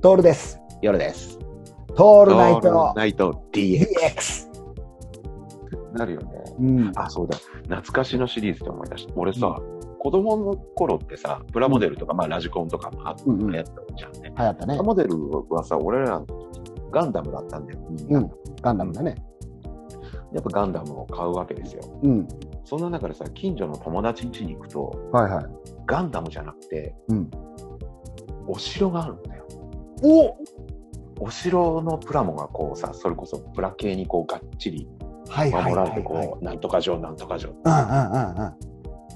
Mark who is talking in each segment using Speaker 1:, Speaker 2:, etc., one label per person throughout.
Speaker 1: トールです。
Speaker 2: 夜です。
Speaker 1: トー
Speaker 2: オ
Speaker 1: ルナイト
Speaker 2: ナイト DX。
Speaker 1: DX。
Speaker 2: なるよね。
Speaker 1: うん。
Speaker 2: あ、そうだ。懐かしのシリーズで思い出した。俺さ、子供の頃ってさ、プラモデルとか、まあラジコンとかもあった
Speaker 1: うんうん
Speaker 2: やったじゃんね。
Speaker 1: 流行った
Speaker 2: プ
Speaker 1: ね
Speaker 2: ラ。モデルはさ、俺らの時ガンダムだったんだよ。みんな
Speaker 1: うんガンダムだね。
Speaker 2: やっぱガンダムを買うわけですよ。
Speaker 1: うん。
Speaker 2: そんな中でさ、近所の友達ん家に行くと、
Speaker 1: はいはい。
Speaker 2: ガンダムじゃなくて、
Speaker 1: うん。
Speaker 2: お城があるんだよ。
Speaker 1: お
Speaker 2: お城のプラモがこうさ、それこそプラ系にこうがっちり
Speaker 1: はいはい
Speaker 2: 守
Speaker 1: は
Speaker 2: ら
Speaker 1: い
Speaker 2: れて、
Speaker 1: はい。
Speaker 2: こう、なんとか城、なんとか城。
Speaker 1: うんうんうんうん。
Speaker 2: だ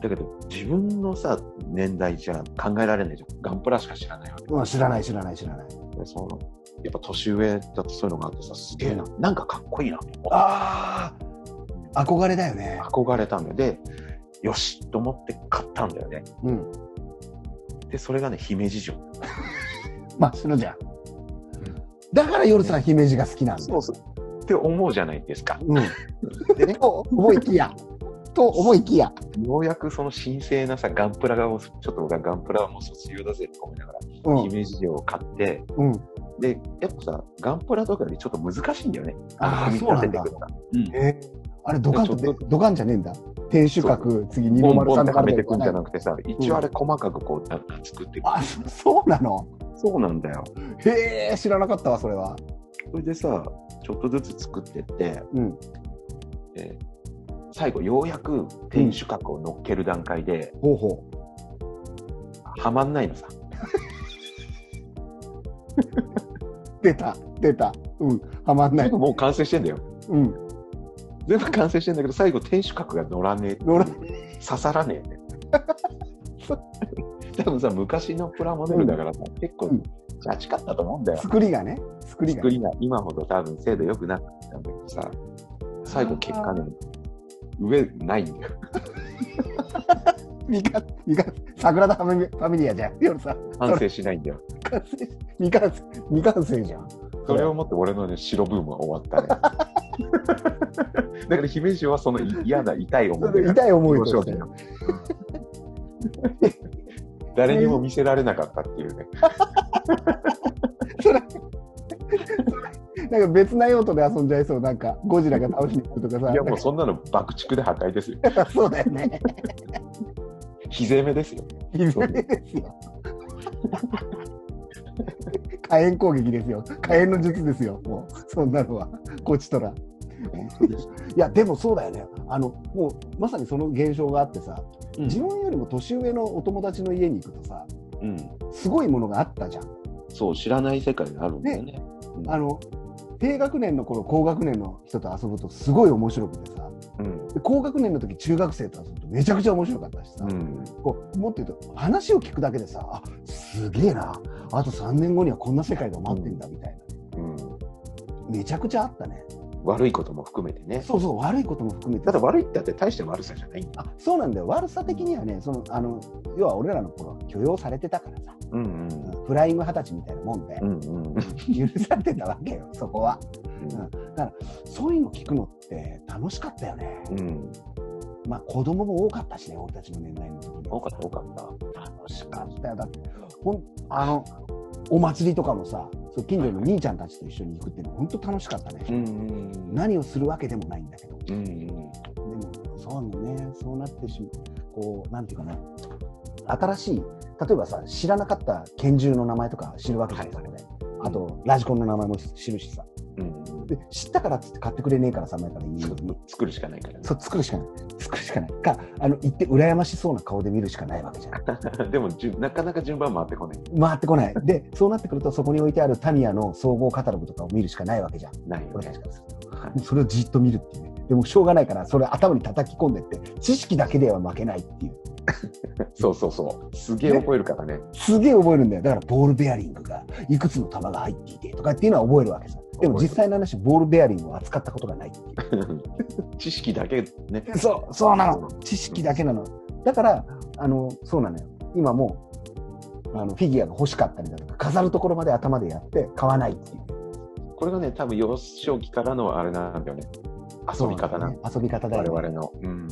Speaker 2: けど、自分のさ、年代じゃ考えられないじゃん。ガンプラしか知らないわけ。
Speaker 1: うん、知らない知らない知らない。
Speaker 2: でそのやっぱ年上だとそういうのがあってさ、すげえな、なんかかっこいいなと思って
Speaker 1: ああ、憧れだよね。
Speaker 2: 憧れたんだよ。で、よしと思って買ったんだよね。
Speaker 1: うん。
Speaker 2: で、それがね、姫路城。
Speaker 1: 真っ白じゃん。だから夜さん姫路が好きなんだ。
Speaker 2: うそう。って思うじゃないですか。
Speaker 1: うん。、
Speaker 2: でね
Speaker 1: と思いきや。と思いきや。
Speaker 2: ようやくその神聖なさ、ガンプラが、ちょっと俺はガンプラはもう卒業だぜと思いながら、
Speaker 1: うん。
Speaker 2: 姫路城を買って、
Speaker 1: うん。
Speaker 2: で、やっぱさ、ガンプラとかよりちょっと難しいんだよね。
Speaker 1: ああ、
Speaker 2: 組
Speaker 1: そ
Speaker 2: み
Speaker 1: うな
Speaker 2: 立て
Speaker 1: ん
Speaker 2: てい
Speaker 1: だ
Speaker 2: く。のが。うん
Speaker 1: えーあれ、ドカンと
Speaker 2: ちょっ
Speaker 1: で、ドカンじゃねえんだ。天守閣、次、二の丸
Speaker 2: ボ
Speaker 1: さ
Speaker 2: ン
Speaker 1: んで
Speaker 2: ボンと
Speaker 1: か
Speaker 2: は
Speaker 1: ら
Speaker 2: めて
Speaker 1: で
Speaker 2: いくんじゃなくてさ、一応あれ細かくこうなんか作っていく、
Speaker 1: あ、そそうなの
Speaker 2: そうなんだよ
Speaker 1: へえ、知らなかったわ、それは。
Speaker 2: それでさちょっとずつ作ってって
Speaker 1: うん。
Speaker 2: で最後ようやく天守閣を乗っける段階で、
Speaker 1: ほうほう。
Speaker 2: はまんないのさ
Speaker 1: 出た、出た。うん。はまんない
Speaker 2: 全。部もう完成してんだよ
Speaker 1: うん。
Speaker 2: 全部完成してんだけど最後天守閣が乗らねえ
Speaker 1: 乗ら
Speaker 2: 刺さらね えね多分さ昔のプラモデルだからさ、結構
Speaker 1: うん
Speaker 2: ジャチかったと思うんだよ
Speaker 1: 作りがね。作りが
Speaker 2: 作
Speaker 1: ね。
Speaker 2: りが今ほど多分精度良くなかったんだけどさ最後結果ね上ないんだよ
Speaker 1: みか、みか、桜田ファミファミリアじゃん。夜さん。
Speaker 2: 完成しないんだ よ。
Speaker 1: 完成未完成、未完成じゃん。
Speaker 2: それをもって俺のね、白ブームは終 わったね。だから姫路はその嫌な 痛い
Speaker 1: そ
Speaker 2: 思い
Speaker 1: れ
Speaker 2: 出
Speaker 1: で
Speaker 2: が。
Speaker 1: 痛い思いを
Speaker 2: 幼少
Speaker 1: し
Speaker 2: 期
Speaker 1: て。
Speaker 2: の 誰にも見せられなかったっていう ね。
Speaker 1: なんか別な用途で遊んじゃいそう。なんか、ゴジラが倒しに来るとかさ。
Speaker 2: いやもうそんなの爆竹で破壊ですよ。
Speaker 1: なんか そうだよね。
Speaker 2: ひぜめですよ。
Speaker 1: いずれですよ。火炎攻撃ですよ。火炎の術ですよ。もう、そんなのは。こちとら。いや、でもそうだよね。あの、もう、まさにその現象があってさ、自分よりも年上のお友達の家に行くとさ、
Speaker 2: うん、
Speaker 1: すごいものがあったじゃん。
Speaker 2: そう、知らない世界があるんだよね。うん
Speaker 1: あの、低学年の頃、高学年の人と遊ぶとすごい面白くてさ、
Speaker 2: うん
Speaker 1: で高学年の時、中学生と遊ぶとめちゃくちゃ面白かったしさ、
Speaker 2: うん
Speaker 1: こうもっと言うと話を聞くだけでさあすげえなあと3年後にはこんな世界が待ってんだみたいな、
Speaker 2: うん
Speaker 1: めちゃくちゃあったね
Speaker 2: 悪いことも含めてね。
Speaker 1: そうそう悪いことも含めて
Speaker 2: ただ悪いってあって大した悪さじゃないんだ。
Speaker 1: あそうなんだよ悪さ的にはねそのあの要は俺らの頃は許容されてたからさ、
Speaker 2: うんうん
Speaker 1: フライング二十歳みたいなもんで
Speaker 2: う、んうん
Speaker 1: 許されてたわけよそこはそういうの聞くのって楽しかったよね、
Speaker 2: うん、
Speaker 1: まあ子供も多かったしね俺たちの年代の時に
Speaker 2: 多かった多かった。
Speaker 1: 楽しかったよだってほんあのお祭りとかもさそう近所の兄ちゃんたちと一緒に行くっていうの本当楽しかったね、
Speaker 2: うんうん
Speaker 1: 何をするわけでもないんだけどで
Speaker 2: うん
Speaker 1: もそうなのねそうなってしこうなんていうかな新しい例えばさ知らなかった拳銃の名前とか知るわけじゃないですか、ねあとラジコンの名前も知るしさ
Speaker 2: うんうん
Speaker 1: で知ったからっつって買ってくれねえからさ前から言うように
Speaker 2: 作るしかないから
Speaker 1: そう作るしかない作るしかないかあの行って羨ましそうな顔で見るしかないわけじゃん
Speaker 2: ね。 でもじゅなかなか順番回ってこない。
Speaker 1: 回ってこない。で、そうなってくると、そこに置いてあるタミヤの総合カタログとかを見るしかないわけじゃん、
Speaker 2: ないよ
Speaker 1: 俺た
Speaker 2: ね
Speaker 1: ち。からすると
Speaker 2: は
Speaker 1: それをじっと見るっていうね。でも、しょうがないから、それ頭に叩き込んでって、知識だけでは負けないっていう。
Speaker 2: そうそうそう。すげえ覚えるからね。
Speaker 1: すげえ覚えるんだよ。だから、ボールベアリングが、いくつの球が入っていてとかっていうのは覚えるわけさ。でも、
Speaker 2: 覚える
Speaker 1: 実際の話、ボールベアリングを扱ったことがないっていう。
Speaker 2: 知識だけね。
Speaker 1: そう、そうなの。知識だけなの。だから、あの、そうなのよ。今もう、あのフィギュアが欲しかったりだとか、飾るところまで頭でやって、買わないっていう。
Speaker 2: これがね、多分幼少期からのあれなんだよね。遊び方なん
Speaker 1: 遊び方だよ
Speaker 2: 我
Speaker 1: ね。
Speaker 2: 々の。うん。